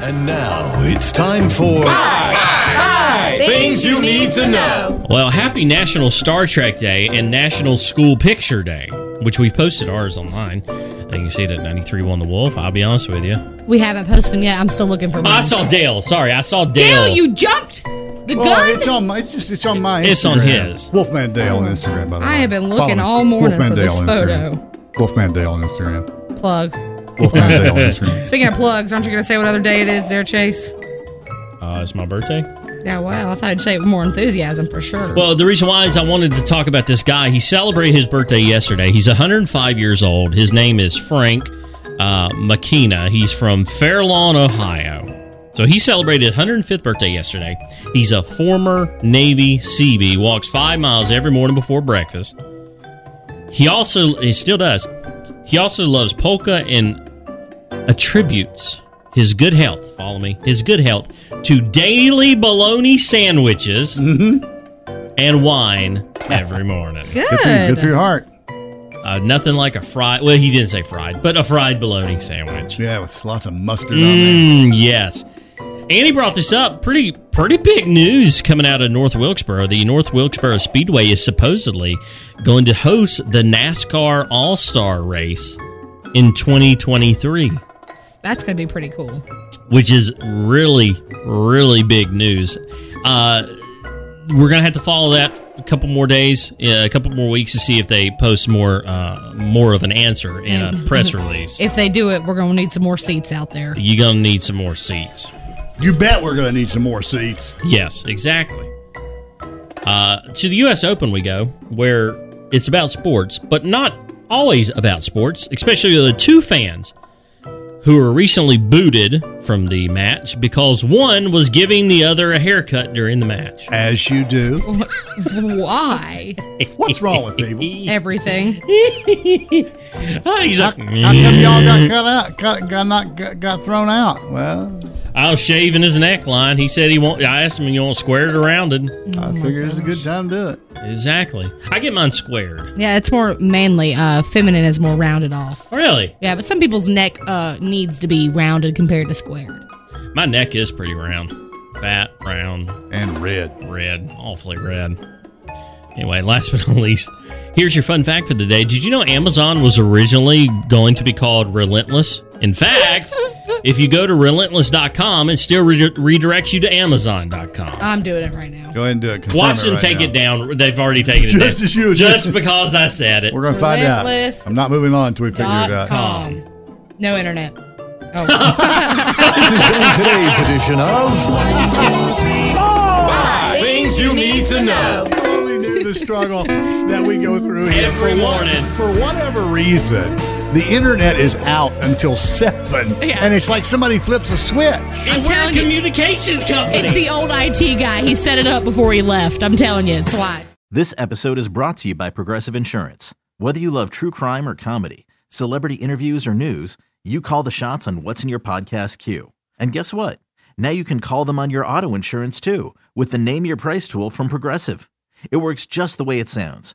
And now it's time for Things you need to know. Well, happy National Star Trek Day and National School Picture Day, which we've posted ours online. And you can see it at 93 on the Wolf. I'll be honest with you. We haven't posted them yet. I'm still looking for Oh, one. I saw Dale. Sorry, I saw Dale. Dale, you jumped the Well, gun. Oh, it's on my. It's just it's on my. It's on Instagram. his. Wolfman Dale on Instagram. By the way, I have been Follow looking me. all morning Wolfman for this Dale on photo. Instagram. Wolfman Dale on Instagram. Plug. Wolfman Dale on Instagram. Speaking of plugs, aren't you going to say what other day it is there, Chase? Uh, it's my birthday. Yeah, wow. I thought I'd say it with more enthusiasm for sure. Well, the reason why is I wanted to talk about this guy. He celebrated his birthday yesterday. He's 105 years old. His name is Frank uh, McKenna. He's from Fair Lawn, Ohio. So he celebrated 105th birthday yesterday. He's a former Navy CB. Walks five miles every morning before breakfast. He also he still does. He also loves polka and attributes his good health. Follow me. His good health to daily bologna sandwiches and wine every morning. Good for, you. Good for Good. your heart. Uh, nothing like a fried. Well, he didn't say fried, but a fried bologna sandwich. Yeah, with lots of mustard on there. Mm, yes. Andy brought this up. Pretty, pretty big news coming out of North Wilkesboro. The North Wilkesboro Speedway is supposedly going to host the NASCAR All Star Race in 2023. That's going to be pretty cool. which is really, really big news. Uh, we're gonna have to follow that a couple more days, uh, a couple more weeks to see if they post more, uh, more of an answer in a press release. If they do it, we're going to need some more seats out there. You're gonna need some more seats. You bet we're gonna need some more seats. Yes, exactly. Uh, to the U.S. Open we go, where it's about sports, but not always about sports, especially the two fans who were recently booted from the match because one was giving the other a haircut during the match. As you do. Why? What's wrong with people? Everything. Ah, he's like, How come y'all got cut out? Got, got not got, got thrown out? Well, I was shaving his neckline. He said he won't. I asked him, you want squared or rounded? I figure it's a good time to do it. Exactly. I get mine squared. Yeah, it's more manly. Uh, feminine is more rounded off. Really? Yeah, but some people's neck uh, needs to be rounded compared to squared. My neck is pretty round, fat, round, And red. red, awfully red. Anyway, last but not least, here's your fun fact for the day. Did you know Amazon was originally going to be called Relentless? In fact, if you go to relentless.com, it still re- redirects you to amazon.com. I'm doing it right now. Go ahead and do it. Confirm Watch them right take now. it down. They've already taken it Just down. as you- Just because I said it. We're gonna find out. Relentless I'm not moving on until we figure it Dot out. com. No internet. Oh. this has been today's edition of Things you need to know. totally knew the struggle that we go through here. Every For what- morning. For whatever reason, the internet is out until 7, Yeah. and it's like somebody flips a switch. And we're a telling you- communications company. It's the old IT guy. He set it up before he left. I'm telling you, it's why. This episode is brought to you by Progressive Insurance. Whether you love true crime or comedy, celebrity interviews or news, you call the shots on what's in your podcast queue. And guess what? Now you can call them on your auto insurance too with the Name Your Price tool from Progressive. It works just the way it sounds.